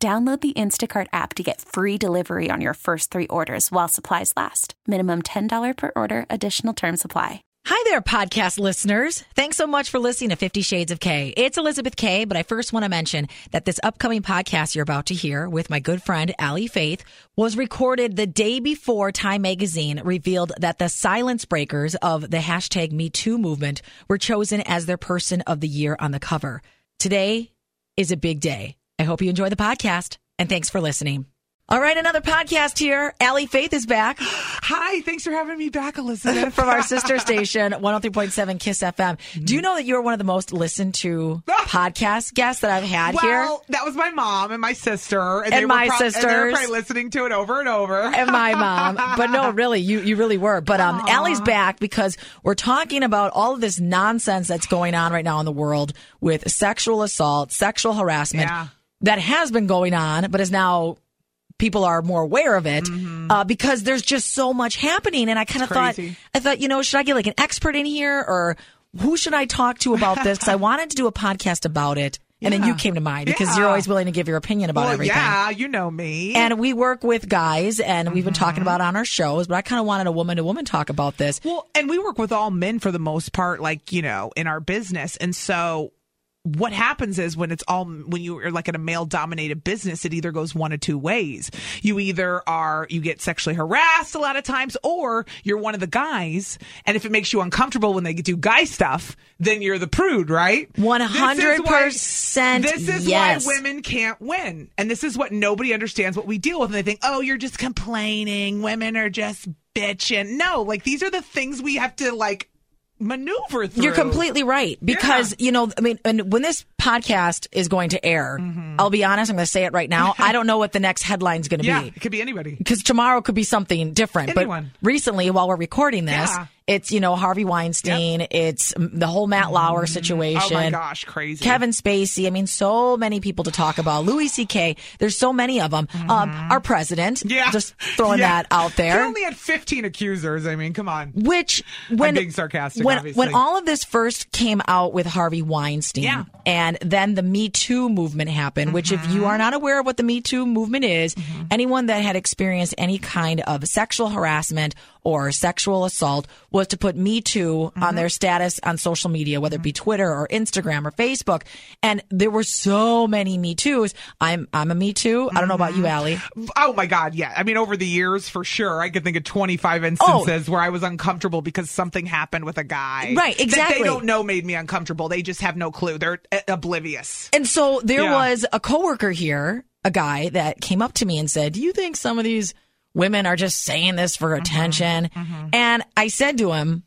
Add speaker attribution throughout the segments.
Speaker 1: Download the Instacart app to get free delivery on your first three orders while supplies last. Minimum $10 per order, additional term supply.
Speaker 2: Hi there, podcast listeners. Thanks so much for listening to Fifty Shades of K. It's Elizabeth K, but I first want to mention that this upcoming podcast you're about to hear with my good friend Allie Faith was recorded the day before Time Magazine revealed that the silence breakers of the hashtag Me Too movement were chosen as their person of the year on the cover. Today is a big day. I hope you enjoy the podcast and thanks for listening. All right, another podcast here. Allie Faith is back.
Speaker 3: Hi, thanks for having me back, Elizabeth.
Speaker 2: from our sister station, 103.7 Kiss FM. Do you know that you're one of the most listened to podcast guests that I've had
Speaker 3: well,
Speaker 2: here?
Speaker 3: that was my mom and my sister, and,
Speaker 2: And
Speaker 3: they
Speaker 2: my
Speaker 3: were prob- And they were
Speaker 2: sisters.
Speaker 3: probably listening to it over and over.
Speaker 2: And my mom. But no, really, you, you really were. But um, Allie's back because we're talking about all of this nonsense that's going on right now in the world with sexual assault, sexual harassment
Speaker 3: Yeah.
Speaker 2: that has been going on, but is now people are more aware of it uh, because there's just so much happening. And I kind of thought,
Speaker 3: Mm-hmm. crazy.
Speaker 2: I thought, you know, should I get like an expert in here or who should I talk to about this? Because I wanted to do a podcast about it. And then you came to mind because you're
Speaker 3: Yeah.
Speaker 2: always willing to give your opinion about
Speaker 3: well,
Speaker 2: everything.
Speaker 3: yeah, you know me.
Speaker 2: And we work with guys, and we've been
Speaker 3: Mm-hmm.
Speaker 2: talking about it on our shows, but I kind of wanted a woman to woman talk about this.
Speaker 3: well, and we work with all men for the most part, like you know, in our business, and so. What happens is when it's all when you are like in a male dominated business, it either goes one of two ways. You either are you get sexually harassed a lot of times, or you're one of the guys. And if it makes you uncomfortable when they do guy stuff, then you're the prude, right?
Speaker 2: One
Speaker 3: This is
Speaker 2: hundred
Speaker 3: why-
Speaker 2: percent
Speaker 3: This is
Speaker 2: yes.
Speaker 3: why women can't win, and this is what nobody understands. What we deal with, and they think, "Oh, you're just complaining. Women are just bitching." No, like these are the things we have to like maneuver through.
Speaker 2: You're completely right because you know I mean and when this podcast is going to air
Speaker 3: Mm-hmm.
Speaker 2: I'll be honest I'm going to say it right now I don't know what the next headline's going to
Speaker 3: Yeah,
Speaker 2: be
Speaker 3: it could be anybody.
Speaker 2: because tomorrow could be something different.
Speaker 3: Anyone.
Speaker 2: But recently, while we're recording this,
Speaker 3: Yeah.
Speaker 2: it's you know Harvey Weinstein, it's mm, the whole Matt Lauer situation.
Speaker 3: Oh my gosh, crazy.
Speaker 2: Kevin Spacey. I mean, so many people to talk about. Louis C.K. There's so many of them. Um, our president.
Speaker 3: Mm-hmm. yeah,
Speaker 2: Just throwing
Speaker 3: Yeah.
Speaker 2: that out there.
Speaker 3: He only had 15 accusers. I mean, come on.
Speaker 2: Which when
Speaker 3: being sarcastic,
Speaker 2: when
Speaker 3: obviously.
Speaker 2: when all of this first came out with Harvey Weinstein,
Speaker 3: Yeah. Mm-hmm.
Speaker 2: and then the Me Too movement happened. Which, if you are not aware of what the Me Too movement is, anyone that had experienced any kind of sexual harassment or sexual assault was to put Me Too
Speaker 3: Mm-hmm.
Speaker 2: on their status on social media, whether it be Twitter or Instagram or Facebook. And there were so many Me Too's. I'm I'm a Me Too. I don't know about you, Allie.
Speaker 3: Oh my God, yeah. I mean, over the years, for sure, I could think of 25
Speaker 2: Oh.
Speaker 3: instances where I was uncomfortable because something happened with a guy.
Speaker 2: Right,
Speaker 3: That
Speaker 2: exactly.
Speaker 3: they don't know made me uncomfortable. They just have no clue. They're uh, oblivious.
Speaker 2: And so there
Speaker 3: Yeah.
Speaker 2: was a coworker here, a guy that came up to me and said, "Do you think some of these women are just saying this for
Speaker 3: Mm-hmm.
Speaker 2: attention?" And I said to him,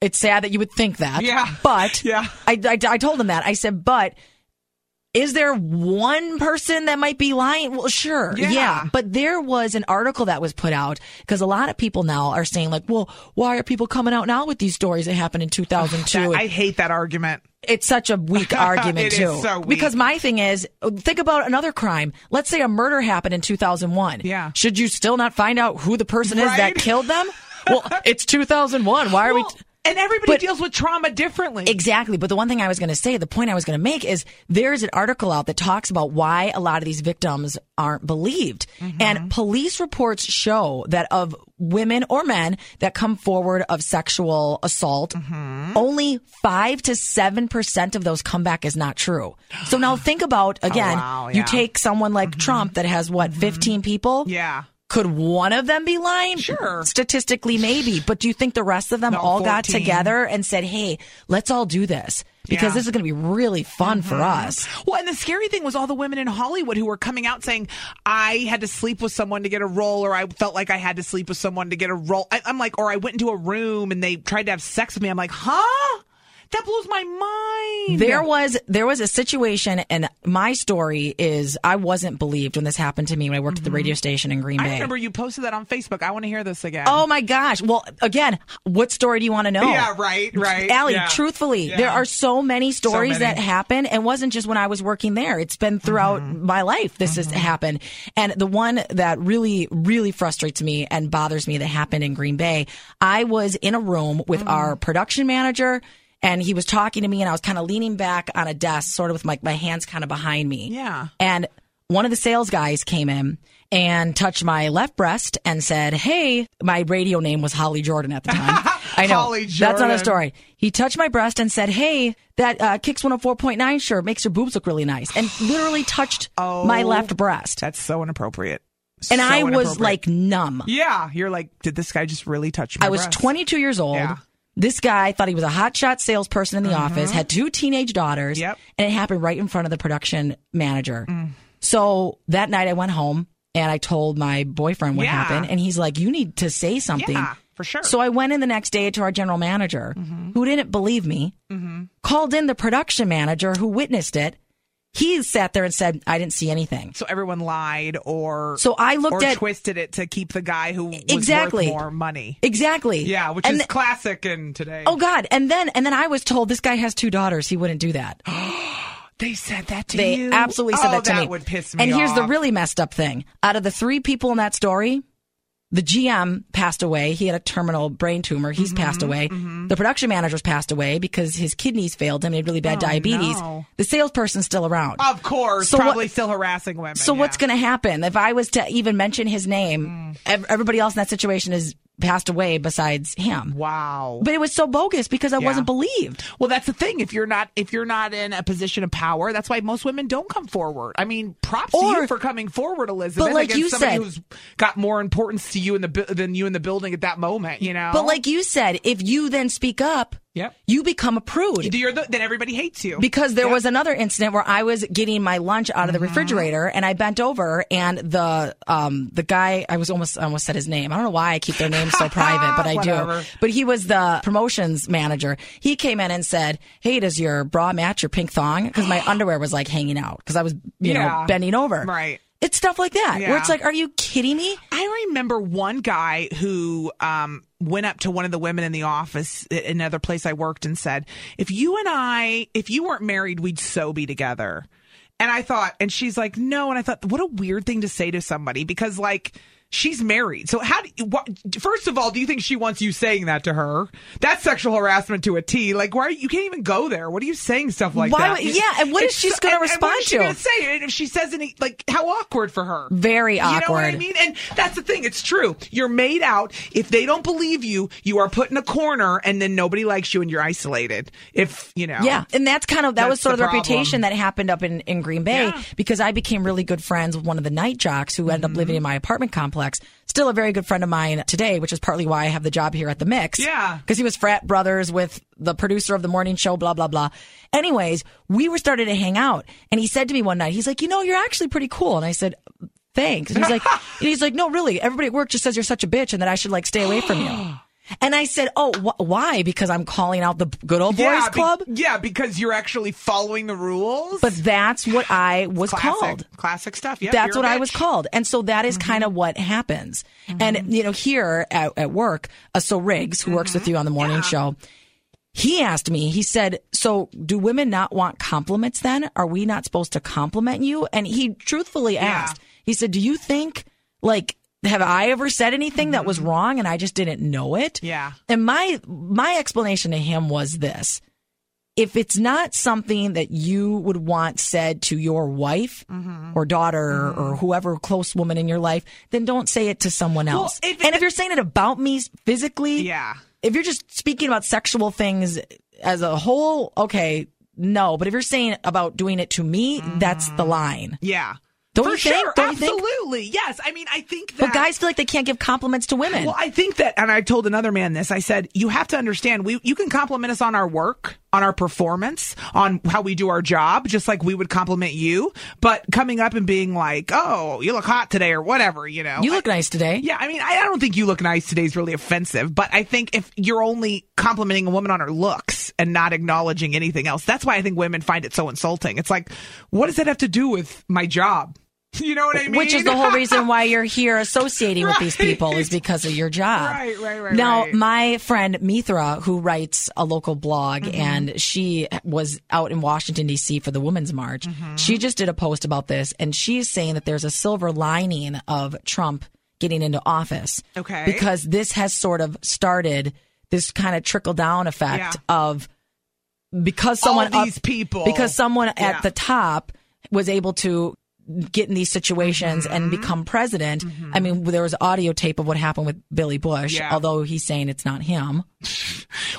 Speaker 2: "It's sad that you would think that."
Speaker 3: Yeah.
Speaker 2: But
Speaker 3: Yeah.
Speaker 2: I, I, I told him that. I said, "But is there one person that might be lying? Well, sure.
Speaker 3: Yeah.
Speaker 2: But there was an article that was put out because a lot of people now are saying, like, well, why are people coming out now with these stories that happened in 2002?
Speaker 3: That- I hate that argument.
Speaker 2: it's such a weak argument
Speaker 3: It is
Speaker 2: too.
Speaker 3: so weak.
Speaker 2: Because my thing is, think about another crime. Let's say a murder happened in 2001.
Speaker 3: Yeah.
Speaker 2: Should you still not find out who the person is that
Speaker 3: Right?
Speaker 2: killed them? Well, it's 2001. Why are we?
Speaker 3: Well, and everybody
Speaker 2: But-
Speaker 3: deals with trauma differently.
Speaker 2: Exactly. But the one thing I was going to say, the point I was going to make is there's an article out that talks about why a lot of these victims aren't believed.
Speaker 3: Mm-hmm.
Speaker 2: And police reports show that of women or men that come forward of sexual assault,
Speaker 3: Mm-hmm.
Speaker 2: only 5 to 7% of those come back as not true. So now think about again,
Speaker 3: Oh, wow,
Speaker 2: you
Speaker 3: yeah. Mm-hmm.
Speaker 2: take someone like Trump that has what 15 people?
Speaker 3: yeah.
Speaker 2: Could one of them be lying?
Speaker 3: Sure.
Speaker 2: Statistically, maybe. But do you think the rest of them
Speaker 3: No,
Speaker 2: all got
Speaker 3: 14.
Speaker 2: together and said, hey, let's all do this because
Speaker 3: Yeah. Mm-hmm.
Speaker 2: this is going to be really fun for us?
Speaker 3: Well, and the scary thing was all the women in Hollywood who were coming out saying, I had to sleep with someone to get a role, or I felt like I had to sleep with someone to get a role. I, I'm like, or I went into a room and they tried to have sex with me. I'm like, huh? That blows my mind.
Speaker 2: There was there was a situation, and my story is I wasn't believed when this happened to me when I worked at the radio station in Green Bay.
Speaker 3: Mm-hmm. I remember you posted that on Facebook. I want to hear this again.
Speaker 2: Oh my gosh! Well, again, what story do you want to know?
Speaker 3: Yeah, right, right,
Speaker 2: Allie,
Speaker 3: yeah.
Speaker 2: truthfully,
Speaker 3: Yeah.
Speaker 2: there are so many stories
Speaker 3: many.
Speaker 2: that happen, and wasn't just when I was working there. It's been throughout
Speaker 3: Mm-hmm.
Speaker 2: my life. This has happened, and the one that really, really frustrates me and bothers me that happened in Green Bay. I was in a room
Speaker 3: Mm-hmm.
Speaker 2: with our production manager. And he was talking to me, and I was kind of leaning back on a desk, sort of with like my hands kind of behind me.
Speaker 3: Yeah.
Speaker 2: And one of the sales guys came in and touched my left breast and said, Hey, my radio name was Holly Jordan at the time. I know.
Speaker 3: Holly
Speaker 2: That's not
Speaker 3: Jordan.
Speaker 2: a story. He touched my breast and said, Hey, that uh, Kicks 104.9 sure makes your boobs look really nice. And literally touched my left breast.
Speaker 3: That's so inappropriate.
Speaker 2: And
Speaker 3: Oh, So
Speaker 2: I was
Speaker 3: inappropriate.
Speaker 2: like numb.
Speaker 3: yeah, you're like, did this guy just really touch my
Speaker 2: I was
Speaker 3: breasts?
Speaker 2: 22 years old.
Speaker 3: Yeah. Mm-hmm.
Speaker 2: This guy thought he was a hotshot salesperson in the office, had two teenage daughters,
Speaker 3: Yep. Mm.
Speaker 2: and it happened right in front of the production manager. So that night I went home and I told my boyfriend what
Speaker 3: Yeah.
Speaker 2: happened, and he's like, You need to say something.
Speaker 3: Yeah, for sure.
Speaker 2: So I went in the next day to our general manager,
Speaker 3: Mm-hmm.
Speaker 2: who didn't believe me, called in the production manager who witnessed it. He sat there and said, I didn't see anything.
Speaker 3: so everyone lied or
Speaker 2: So I looked
Speaker 3: or
Speaker 2: at
Speaker 3: twisted it to keep the guy who was
Speaker 2: Exactly.
Speaker 3: worth more money.
Speaker 2: exactly.
Speaker 3: Yeah, which
Speaker 2: And
Speaker 3: is classic in today.
Speaker 2: Oh God! And then and then I was told this guy has two daughters. He wouldn't do that.
Speaker 3: they said that to
Speaker 2: They
Speaker 3: you.
Speaker 2: absolutely said
Speaker 3: oh,
Speaker 2: that to me.
Speaker 3: would piss me
Speaker 2: And here's the
Speaker 3: off.
Speaker 2: really messed up thing: out of the three people in that story, the GM passed away. He had a terminal brain tumor. He's
Speaker 3: Mm-hmm,
Speaker 2: passed away. The production manager's passed away because his kidneys failed him. He had really bad diabetes.
Speaker 3: Oh, no.
Speaker 2: The salesperson's still around.
Speaker 3: Of course,
Speaker 2: So what-
Speaker 3: probably still harassing women.
Speaker 2: so what's
Speaker 3: yeah.
Speaker 2: going to happen if I was to even mention his name? ev Everybody else in that situation has passed away besides him.
Speaker 3: Wow.
Speaker 2: But it was so bogus because I wasn't believed.
Speaker 3: Well, that's the thing. If you're not if you're not in a position of power, that's why most women don't come forward. I mean, props to
Speaker 2: Or-
Speaker 3: you for coming forward, Elizabeth.
Speaker 2: like
Speaker 3: against
Speaker 2: you
Speaker 3: somebody
Speaker 2: said-
Speaker 3: who's got more importance to you in the bu- than you in the building at that moment. You know,
Speaker 2: But like you said, if you then speak up,
Speaker 3: Yep.
Speaker 2: you become a prude.
Speaker 3: you're the, then everybody hates you
Speaker 2: Because there was another incident where I was getting my lunch out of the refrigerator and I bent over and the um the guy I was almost I almost said his name. I don't know why I keep their names so private, but I
Speaker 3: Whatever.
Speaker 2: do. But he was the promotions manager. He came in and said, "Hey, does your bra match your pink thong?" Because my underwear was like hanging out because I was you
Speaker 3: Yeah.
Speaker 2: know bending over.
Speaker 3: Right.
Speaker 2: It's stuff like that
Speaker 3: Yeah.
Speaker 2: where it's like, "Are you kidding me?"
Speaker 3: I remember one guy who um, went up to one of the women in the office at another place I worked and said, "If you and I, if you weren't married, we'd so be together." And I thought, and she's like, "No." And I thought, what a weird thing to say to somebody because like she's married. So how? Do you, what, first of all, do you think she wants you saying that to her? That's sexual harassment to a T. Like, why you can't even go there? What are you saying stuff like
Speaker 2: Why
Speaker 3: that?
Speaker 2: would- yeah, and what is
Speaker 3: It's
Speaker 2: she
Speaker 3: so-
Speaker 2: gonna
Speaker 3: and- and what
Speaker 2: respond
Speaker 3: is she
Speaker 2: to?
Speaker 3: gonna say? And if she says any, like, how awkward for her.
Speaker 2: Very
Speaker 3: You know what I
Speaker 2: awkward.
Speaker 3: mean? And that's the thing. It's true. You're made out. If they don't believe you, you are put in a corner and then nobody likes you and you're isolated. If, you know.
Speaker 2: Yeah, and that's kind of that was
Speaker 3: That's
Speaker 2: sort of
Speaker 3: the
Speaker 2: the
Speaker 3: problem.
Speaker 2: reputation that happened up in in Green Bay
Speaker 3: Yeah.
Speaker 2: because I became really good friends with one of the night jocks who ended up living
Speaker 3: Mm-hmm.
Speaker 2: in my apartment complex. Still a very good friend of mine today, which is partly why I have the job here at the Mix.
Speaker 3: Yeah.
Speaker 2: because he was frat brothers with the producer of the morning show. Blah blah blah. Anyways, we were starting to hang out, and he said to me one night, he's like, "You know, you're actually pretty cool," and I said. Thanks. And he's like, and he's like, no, really. Everybody at work just says you're such a bitch and that I should like stay away from you. And I said, oh, wh- why? Because I'm calling out the good old boys
Speaker 3: Yeah, be-
Speaker 2: club.
Speaker 3: yeah, because you're actually following the rules.
Speaker 2: But that's what I was
Speaker 3: Classic.
Speaker 2: called.
Speaker 3: Classic stuff. Yeah.
Speaker 2: That's what I was called. And so that kind
Speaker 3: Mm-hmm.
Speaker 2: of what happens. And, you know, here at, at work, uh, so Riggs, who works with
Speaker 3: Mm-hmm.
Speaker 2: you on the morning show, he asked me, he said, So do women not want compliments then? Are we not supposed to compliment you? And he truthfully asked, He said, Do you think, like, have I ever said anything that was wrong and I just didn't know it?
Speaker 3: Mm-hmm. Yeah.
Speaker 2: And my my explanation to him was this if it's not something that you would want said to your wife or daughter
Speaker 3: Mm-hmm.
Speaker 2: or whoever close woman in your life, then don't say it to someone else.
Speaker 3: if-
Speaker 2: and if you're saying it about me physically,
Speaker 3: Yeah.
Speaker 2: If you're just speaking about sexual things as a whole, okay, no. But if you're saying about doing it to me, that's the line.
Speaker 3: Yeah.
Speaker 2: Don't
Speaker 3: Mm. For
Speaker 2: you think?
Speaker 3: sure.
Speaker 2: Don't you think?
Speaker 3: Absolutely. Yes. I mean, I think that.
Speaker 2: But guys feel like they can't give compliments to women.
Speaker 3: Well, I think that, and I told another man this. I said, you have to understand, we you can compliment us on our work, on our performance, on how we do our job, just like we would compliment you. But coming up and being like, "Oh, you look hot today," or whatever, you know,
Speaker 2: You look nice today.
Speaker 3: yeah, I mean, I I don't think you look nice today is really offensive, but I think if you're only complimenting a woman on her looks and not acknowledging anything else, that's why I think women find it so insulting. It's like, what does that have to do with my job? You know what I mean?
Speaker 2: Which is the whole reason why you're here associating with these people is because of your job.
Speaker 3: Right, right, right,
Speaker 2: Now,
Speaker 3: right.
Speaker 2: my friend Mithra, who writes a local blog,
Speaker 3: Mm-hmm.
Speaker 2: and she was out in Washington, D.C. for the Women's March,
Speaker 3: Mm-hmm.
Speaker 2: she just did a post about this, and she's saying that there's a silver lining of Trump getting into office.
Speaker 3: Okay.
Speaker 2: Because this has sort of started this kind of trickle down effect
Speaker 3: Yeah.
Speaker 2: of because someone
Speaker 3: All
Speaker 2: up-
Speaker 3: these people.
Speaker 2: because someone
Speaker 3: Yeah.
Speaker 2: at the top was able to get in these situations and
Speaker 3: Mm-hmm.
Speaker 2: become president. I mean, there was audio tape of what happened with Billy Bush,
Speaker 3: Yeah.
Speaker 2: although he's saying it's not him.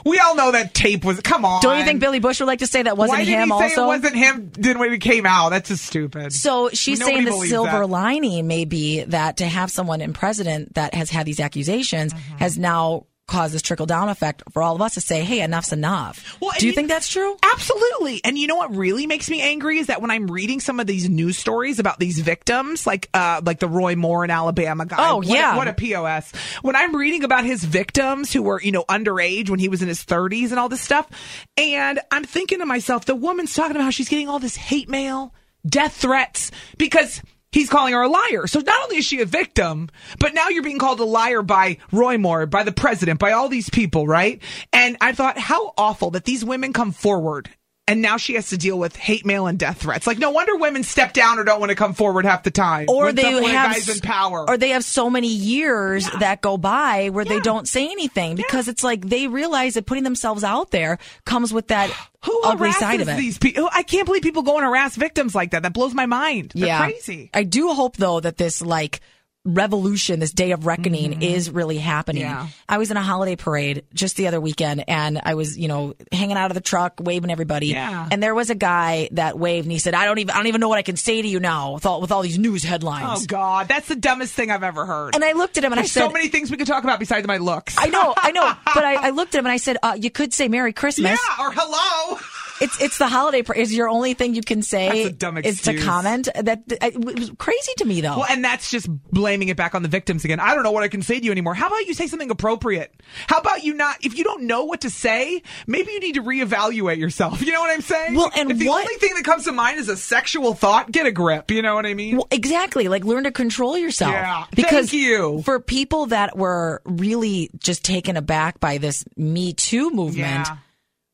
Speaker 3: we all know that tape was. Come on.
Speaker 2: Don't you think Billy Bush would like to say that wasn't
Speaker 3: Why did
Speaker 2: him
Speaker 3: he say
Speaker 2: also?
Speaker 3: it wasn't him? Didn't when it came out? That's just stupid.
Speaker 2: so she's
Speaker 3: Nobody
Speaker 2: saying the
Speaker 3: believes
Speaker 2: silver
Speaker 3: that.
Speaker 2: lining may be that to have someone in president that has had these accusations
Speaker 3: Mm-hmm.
Speaker 2: has now caused this trickle down effect for all of us to say, hey, enough's enough.
Speaker 3: Well, and
Speaker 2: Do you
Speaker 3: you-
Speaker 2: think that's true?
Speaker 3: Absolutely. And you know what really makes me angry is that when I'm reading some of these news stories about these victims, like uh like the Roy Moore in Alabama guy.
Speaker 2: Oh,
Speaker 3: What a-
Speaker 2: yeah.
Speaker 3: what a POS. When I'm reading about his victims who were, you know, underage when he was in his 30s and all this stuff, and I'm thinking to myself, the woman's talking about how she's getting all this hate mail, death threats because He's calling her a liar. So not only is she a victim, but now you're being called a liar by Roy Moore, by the president, by all these people, right? And I thought, how awful that these women come forward and now she has to deal with hate mail and death threats. Like, no wonder women step down or don't want to come forward half the time.
Speaker 2: or
Speaker 3: when
Speaker 2: they
Speaker 3: some- when a
Speaker 2: have
Speaker 3: guy's in power.
Speaker 2: or they have so many years that go by where they don't say anything because it's like they realize that putting themselves out there comes with that
Speaker 3: Who
Speaker 2: ugly
Speaker 3: harasses
Speaker 2: side of it.
Speaker 3: these people? I can't believe people go and harass victims like that. That blows my mind. They're
Speaker 2: yeah,
Speaker 3: crazy.
Speaker 2: I do hope though that this like revolution, this day of reckoning, is really happening.
Speaker 3: Mm-hmm. Yeah.
Speaker 2: I was in a holiday parade just the other weekend, and I was you know hanging out of the truck, waving everybody.
Speaker 3: Yeah.
Speaker 2: And there was a guy that waved, and he said, "I don't even I don't even know what I can say to you now with all with all these news
Speaker 3: Oh
Speaker 2: headlines."
Speaker 3: God, that's the dumbest thing I've ever heard.
Speaker 2: And I looked at him and
Speaker 3: There's
Speaker 2: I said,
Speaker 3: so many things we could talk about besides my looks.
Speaker 2: I know, I know. But I, I looked at him and I said, uh, "You could say Merry
Speaker 3: yeah,
Speaker 2: Christmas.
Speaker 3: or hello.
Speaker 2: It's it's the holiday. Pr- is your only thing you can say?
Speaker 3: That's a dumb
Speaker 2: Is to
Speaker 3: excuse.
Speaker 2: comment that it was crazy to me though.
Speaker 3: Well, and that's just blaming it back on the victims again. I don't know what I can say to you anymore. How about you say something appropriate? How about you not? If you don't know what to say, maybe you need to reevaluate yourself. You know what I'm saying?
Speaker 2: Well, and
Speaker 3: if the
Speaker 2: what-
Speaker 3: only thing that comes to mind is a sexual thought, get a grip. You know what I mean?
Speaker 2: Well, exactly. Like learn to control yourself.
Speaker 3: Yeah.
Speaker 2: Because
Speaker 3: Thank you.
Speaker 2: for people that were really just taken aback by this Me Too movement,
Speaker 3: Yeah.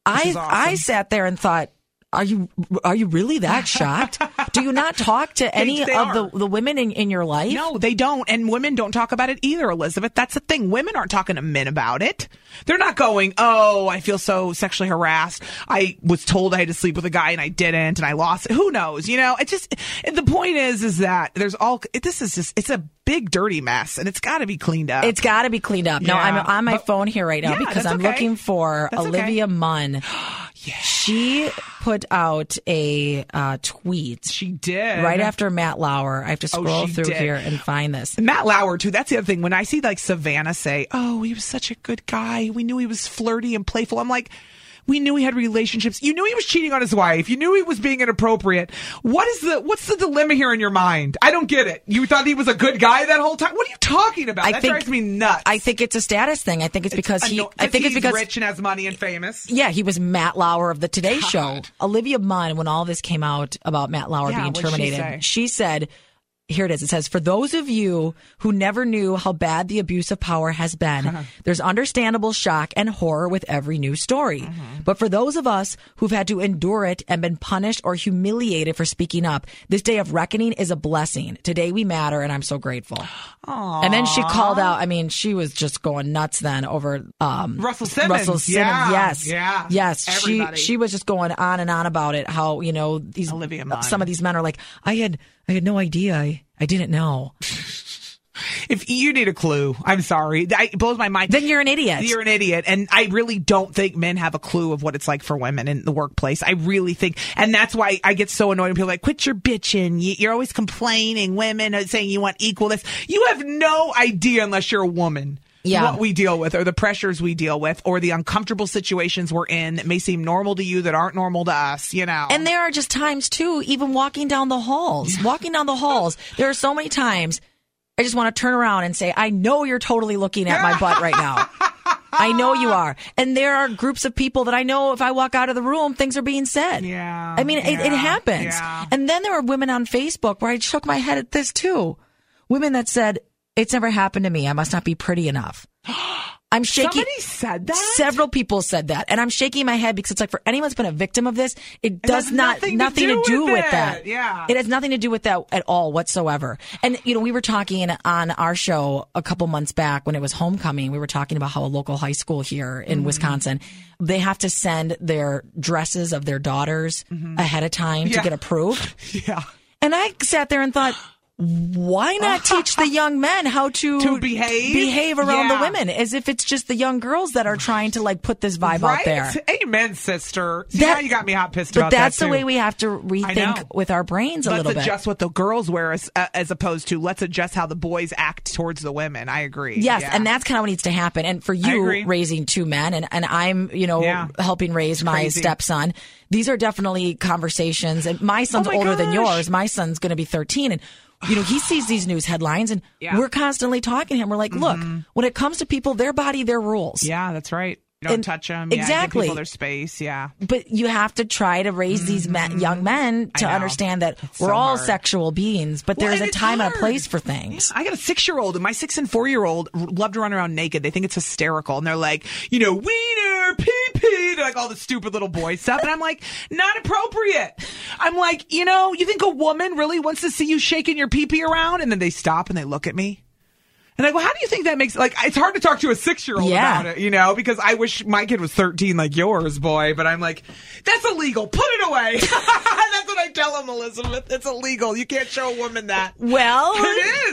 Speaker 2: I
Speaker 3: is awesome.
Speaker 2: I sat there and thought, are you are you really that shocked? Do you not talk to any
Speaker 3: they
Speaker 2: of
Speaker 3: are.
Speaker 2: the, the women in, in your life?
Speaker 3: No, they don't. And women don't talk about it either, Elizabeth. That's the thing. Women aren't talking to men about it. They're not going, oh, I feel so sexually harassed. I was told I had to sleep with a guy and I didn't and I lost it. Who knows? You know, it just, and the point is, is that there's all, it, this is just, it's a big dirty mess and it's got to be cleaned up.
Speaker 2: It's got to be cleaned up. No,
Speaker 3: Yeah.
Speaker 2: I'm on my
Speaker 3: But-
Speaker 2: phone here right now
Speaker 3: Yeah,
Speaker 2: because
Speaker 3: that's
Speaker 2: I'm
Speaker 3: okay.
Speaker 2: looking for
Speaker 3: That's okay.
Speaker 2: Olivia Munn. She put out a uh, tweet
Speaker 3: she did.
Speaker 2: right after Matt Lauer. I have to scroll
Speaker 3: Uh-huh. Oh, she
Speaker 2: through
Speaker 3: did.
Speaker 2: here and find this.
Speaker 3: Matt Lauer too. That's the other thing. When I see like Savannah say, "Oh, he was such a good guy. We knew he was flirty and playful," I'm like, "We knew he had relationships. You knew he was cheating on his wife. You knew he was being inappropriate. What is the what's the dilemma here in your mind? I don't get it. You thought he was a good guy that whole time. What are you talking about?
Speaker 2: I
Speaker 3: that
Speaker 2: think-
Speaker 3: drives me nuts.
Speaker 2: I think it's a status thing. I think it's because he.
Speaker 3: know-
Speaker 2: I think it's
Speaker 3: he's
Speaker 2: because
Speaker 3: rich and has money and famous.
Speaker 2: yeah, he was Matt Lauer of the Today Show. Olivia Munn, when all this came out about Matt Lauer
Speaker 3: Yeah,
Speaker 2: being
Speaker 3: what'd she
Speaker 2: terminated,
Speaker 3: say?
Speaker 2: she said. Here it is. It says, for those of you who never knew how bad the abuse of power has
Speaker 3: Uh-huh.
Speaker 2: been, there's understandable shock and horror with every new story.
Speaker 3: Uh-huh.
Speaker 2: But for those of us who've had to endure it and been punished or humiliated for speaking up, this day of reckoning is a blessing. Today we matter and I'm so grateful. And then she called out, I mean, she was just going nuts then over, um,
Speaker 3: Russell Simmons.
Speaker 2: Russell Simmons.
Speaker 3: Yeah.
Speaker 2: Yes.
Speaker 3: Yeah.
Speaker 2: Yes.
Speaker 3: Everybody.
Speaker 2: She she was just going on and on about it. How you know these uh,
Speaker 3: Olivia Munn.
Speaker 2: some of these men are like I had I had no idea. I I didn't know.
Speaker 3: If you need a clue, I'm sorry. I, it blows my mind.
Speaker 2: Then you're an idiot.
Speaker 3: You're an idiot. And I really don't think men have a clue of what it's like for women in the workplace. I really think. And that's why I get so annoyed when people are like, quit your bitching. You- You're always complaining. Women are saying you want equal this. You have no idea unless you're a woman.
Speaker 2: Yeah.
Speaker 3: what we deal with or the pressures we deal with or the uncomfortable situations we're in that may seem normal to you that aren't normal to us, you know.
Speaker 2: And there are just times too, even walking down the halls, walking down the halls, there are so many times I just want to turn around and say, I know you're totally looking at my butt right now. I know you are. And there are groups of people that I know if I walk out of the room, things are being said.
Speaker 3: Yeah,
Speaker 2: I mean, it, it
Speaker 3: yeah,
Speaker 2: happens.
Speaker 3: yeah.
Speaker 2: And then there were women on Facebook where I shook my head at this too. Women that said, it's never happened to me. I must not be pretty enough. I'm shaking.
Speaker 3: Somebody said that?
Speaker 2: Several people said that, and I'm shaking my head because it's like for anyone that's been a victim of this, it does
Speaker 3: has
Speaker 2: not
Speaker 3: nothing to
Speaker 2: nothing
Speaker 3: do with
Speaker 2: with
Speaker 3: it.
Speaker 2: that.
Speaker 3: Yeah.
Speaker 2: it has nothing to do with that at all whatsoever. And you know, we were talking on our show a couple months back when it was homecoming. We were talking about how a local high school here in
Speaker 3: Mm-hmm.
Speaker 2: Wisconsin they have to send their dresses of their daughters ahead of time to
Speaker 3: Mm-hmm. Yeah.
Speaker 2: get approved.
Speaker 3: yeah.
Speaker 2: And I sat there and thought, why not teach the young men how to,
Speaker 3: To behave?
Speaker 2: behave around
Speaker 3: Yeah.
Speaker 2: the women as if it's just the young girls that are trying to like put this vibe out
Speaker 3: Right?
Speaker 2: there.
Speaker 3: Amen, sister. See,
Speaker 2: That-
Speaker 3: now you got me hot pissed
Speaker 2: But
Speaker 3: about that.
Speaker 2: that's the
Speaker 3: too.
Speaker 2: way we have to
Speaker 3: know.
Speaker 2: rethink with our brains a
Speaker 3: Let's
Speaker 2: little bit.
Speaker 3: adjust what the girls wear as, uh, as opposed to let's adjust how the boys act towards the women. I agree.
Speaker 2: Yes,
Speaker 3: Yeah.
Speaker 2: and that's kind of what needs to happen. And for
Speaker 3: agree.
Speaker 2: you raising two men, and, and I'm, you know,
Speaker 3: Yeah.
Speaker 2: helping raise my
Speaker 3: Crazy.
Speaker 2: stepson, these are definitely conversations. And my son's
Speaker 3: Oh my
Speaker 2: older than
Speaker 3: gosh.
Speaker 2: yours. My son's going to be 13. And, you know, he sees these news headlines, and
Speaker 3: Yeah. Mm-hmm.
Speaker 2: we're constantly talking to him. We're like, look, when it comes to people, their body, their rules.
Speaker 3: Yeah, that's right. You don't
Speaker 2: And-
Speaker 3: touch them.
Speaker 2: exactly.
Speaker 3: give people their space. Yeah.
Speaker 2: But you have to try to raise these men, young men to
Speaker 3: Mm-hmm. know.
Speaker 2: understand that we're
Speaker 3: so
Speaker 2: all
Speaker 3: hard.
Speaker 2: sexual beings, but
Speaker 3: Well,
Speaker 2: there's a
Speaker 3: and it's
Speaker 2: time and a
Speaker 3: hard.
Speaker 2: place for things.
Speaker 3: I got a six year old, and my six and four year old love to run around naked. They think it's hysterical, and they're like, you know, wiener, pee pee, like all the stupid little boy stuff. And I'm like, not appropriate. I'm like, you know, you think a woman really wants to see you shaking your pee pee around? And then they stop and they look at me. And I go, how do you think that makes like it's hard to talk to a six year old
Speaker 2: Yeah.
Speaker 3: about it, you know, because I wish my kid was thirteen like yours, boy, but I'm like, that's illegal. Put it away. that's what I tell him, Elizabeth. It's illegal. You can't show a woman that.
Speaker 2: Well,
Speaker 3: It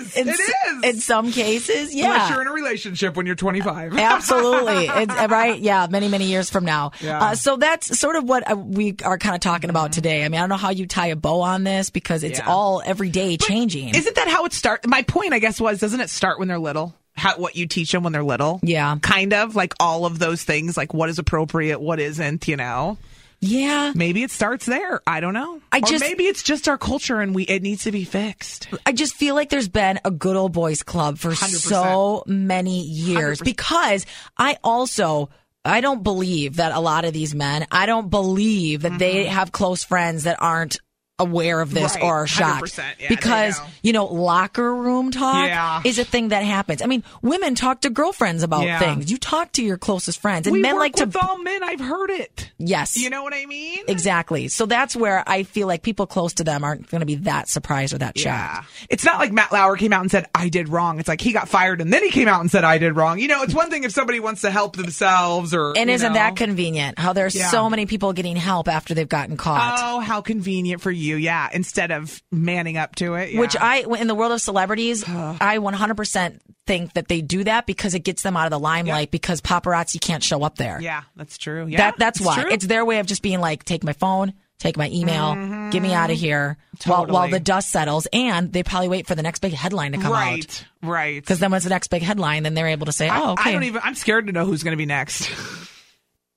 Speaker 3: is.
Speaker 2: In,
Speaker 3: It
Speaker 2: s-
Speaker 3: is.
Speaker 2: In some cases, yeah.
Speaker 3: Unless you're in a relationship when you're 25.
Speaker 2: Absolutely. It's, uh, right. Yeah. Many, many years from now.
Speaker 3: Yeah. Mm-hmm.
Speaker 2: Uh, so that's sort of what uh, we are kind of talking about today. I mean, I don't know how you tie a bow on this because it's
Speaker 3: Yeah.
Speaker 2: all every day changing.
Speaker 3: Isn't that how it starts? My point, I guess, was doesn't it start when they're little? How, what you teach them when they're little?
Speaker 2: Yeah.
Speaker 3: Kind of like all of those things, like what is appropriate, what isn't, you know?
Speaker 2: yeah.
Speaker 3: Maybe it starts there. I don't know.
Speaker 2: I
Speaker 3: or
Speaker 2: just-
Speaker 3: maybe it's just our culture and we it needs to be fixed.
Speaker 2: I just feel like there's been a good old boys club for
Speaker 3: 100%.
Speaker 2: so many years because I also I don't believe that a lot of these men, I don't believe that they have close friends that aren't aware of this
Speaker 3: Mm-hmm. Right.
Speaker 2: or are shocked
Speaker 3: 100%. Yeah, they
Speaker 2: because
Speaker 3: know.
Speaker 2: you know locker room talk
Speaker 3: Yeah.
Speaker 2: is a thing that happens i mean women talk to girlfriends about
Speaker 3: Yeah.
Speaker 2: things you talk to your closest friends and
Speaker 3: we
Speaker 2: men
Speaker 3: work
Speaker 2: like to
Speaker 3: with all men. I've heard it.
Speaker 2: yes
Speaker 3: You know what I mean?
Speaker 2: exactly so that's where i feel like people close to them aren't going to be that surprised or that shocked
Speaker 3: Yeah. It's not like Matt Lauer came out and said, I did wrong. It's like he got fired and then he came out and said, I did wrong. You know, it's one thing if somebody wants to help themselves or.
Speaker 2: And
Speaker 3: you
Speaker 2: isn't
Speaker 3: know.
Speaker 2: that convenient? How there's
Speaker 3: Yeah.
Speaker 2: so many people getting help after they've gotten caught.
Speaker 3: Oh, how convenient for you. Yeah. Instead of manning up to it. yeah.
Speaker 2: Which I, in the world of celebrities, I 100% think that they do that because it gets them out of the limelight because paparazzi can't show up there.
Speaker 3: Yeah, that's true. Yeah.
Speaker 2: That, that's
Speaker 3: it's
Speaker 2: why.
Speaker 3: true.
Speaker 2: It's their way of just being like, take my phone, take my email, get me out of here while, while
Speaker 3: Mm-hmm. Totally.
Speaker 2: the dust settles. And they probably wait for the next big headline to come out.
Speaker 3: right. Right.
Speaker 2: Because then when it's the next big headline, then they're able to say, oh, okay.
Speaker 3: I don't e-, even, I'm scared to know who's going to be next.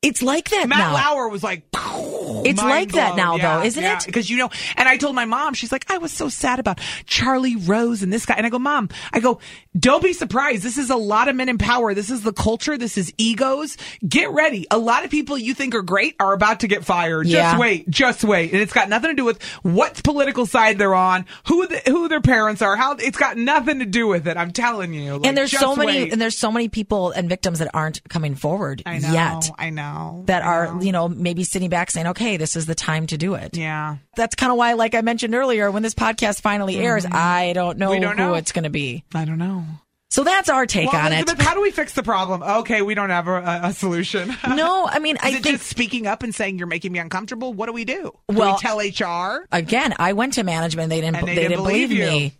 Speaker 2: it's like that
Speaker 3: Matt
Speaker 2: now.
Speaker 3: Lauer was like,
Speaker 2: It's like that now, though, isn't it?
Speaker 3: Because you know, and I told my mom, she's like, I was so sad about Charlie Rose and this guy. And I go, Mom, I go, don't be surprised. This is a lot of men in power. This is the culture. This is egos. Get ready. A lot of people you think are great are about to get fired.
Speaker 2: Yeah.
Speaker 3: Just wait. Just wait. And it's got nothing to do with what political side they're on, who the, who their parents are, how it's got nothing to do with it. I'm telling you. Like,
Speaker 2: and there's so
Speaker 3: just
Speaker 2: many
Speaker 3: wait.
Speaker 2: and there's so many people and victims that aren't coming forward
Speaker 3: I know.
Speaker 2: yet
Speaker 3: I know.
Speaker 2: that
Speaker 3: I
Speaker 2: are
Speaker 3: know.
Speaker 2: you know maybe sitting back saying okay this is the time to do it
Speaker 3: Yeah.
Speaker 2: that's kind of why like i mentioned earlier when this podcast finally airs i don't know
Speaker 3: Mm-hmm. We don't
Speaker 2: who
Speaker 3: know.
Speaker 2: it's going to be
Speaker 3: I don't know.
Speaker 2: so that's our take
Speaker 3: Well,
Speaker 2: on it
Speaker 3: Elizabeth, how do we fix the problem? Okay, we don't have a, a, a solution.
Speaker 2: no i mean i
Speaker 3: Is it
Speaker 2: think
Speaker 3: just speaking up and saying you're making me uncomfortable? What do we do? Do
Speaker 2: Well-
Speaker 3: we tell HR,
Speaker 2: again i went to management they didn't
Speaker 3: And
Speaker 2: they,
Speaker 3: they
Speaker 2: didn't,
Speaker 3: didn't
Speaker 2: believe,
Speaker 3: believe you.
Speaker 2: me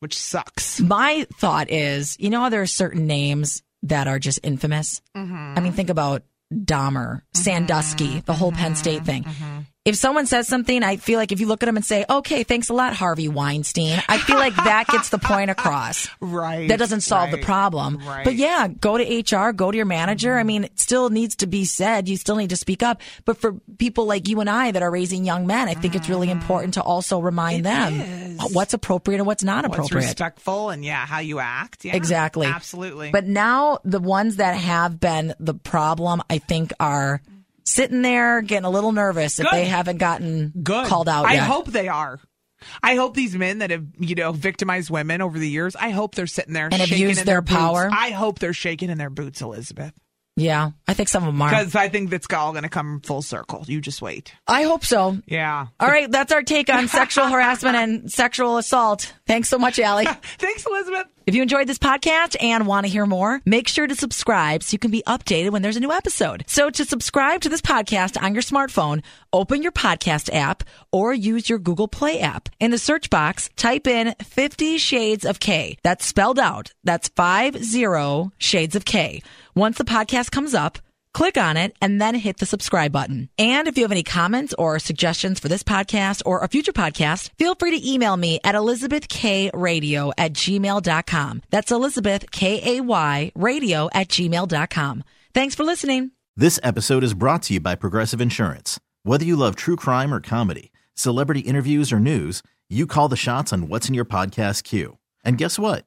Speaker 3: which sucks.
Speaker 2: my thought is you know how there are certain names that are just
Speaker 3: Mm-hmm. Mm-hmm.
Speaker 2: infamous i mean think about dahmer sandusky the whole penn state thing if someone says something, I feel like if you look at them and say, okay, thanks a lot, Harvey Weinstein, I feel like that gets the point across.
Speaker 3: Right.
Speaker 2: That doesn't solve the
Speaker 3: right,
Speaker 2: problem.
Speaker 3: Right. Mm-hmm.
Speaker 2: But yeah, go to HR, go to your manager. I mean, it still needs to be said. You still need to speak up. But for people like you and I that are raising young men, I think it's really
Speaker 3: Mm-hmm.
Speaker 2: important to also remind them what's appropriate and what's not
Speaker 3: What's
Speaker 2: appropriate.
Speaker 3: respectful and yeah, how you act. Yeah,
Speaker 2: Exactly.
Speaker 3: Absolutely.
Speaker 2: But now the ones that have been the problem, I think, are sitting there getting a little nervous if
Speaker 3: Good.
Speaker 2: they haven't gotten
Speaker 3: good.
Speaker 2: called out
Speaker 3: I
Speaker 2: yet.
Speaker 3: hope they are. I hope these men that have, you know, victimized women over the years, I hope they're sitting there
Speaker 2: And
Speaker 3: shaking
Speaker 2: abused
Speaker 3: in
Speaker 2: their
Speaker 3: boots.
Speaker 2: power.
Speaker 3: I hope they're shaking in their boots, Elizabeth.
Speaker 2: yeah, I think some of them are.
Speaker 3: Because I think that's all going to come full circle. You just wait.
Speaker 2: I hope so.
Speaker 3: Yeah.
Speaker 2: All right, that's our take on sexual harassment and sexual assault. Thanks so much, Allie.
Speaker 3: Thanks, Elizabeth.
Speaker 2: If you enjoyed this podcast and want to hear more, make sure to subscribe so you can be updated when there's a new episode. So to subscribe to this podcast on your smartphone, open your podcast app or use your Google Play app. In the search box, type in 50 Shades of K. That's spelled out. That's 50 Shades of K. Once the podcast comes up, Click on it and then hit the subscribe button. And if you have any comments or suggestions for this podcast or a future podcast, feel free to email me at elizabethkradio at gmail.com. That's Elizabeth, K-A-Y, radio at gmail.com. Thanks for listening.
Speaker 4: This episode is brought to you by Progressive Insurance. Whether you love true crime or comedy, celebrity interviews or news, you call the shots on what's in your podcast queue. And guess what?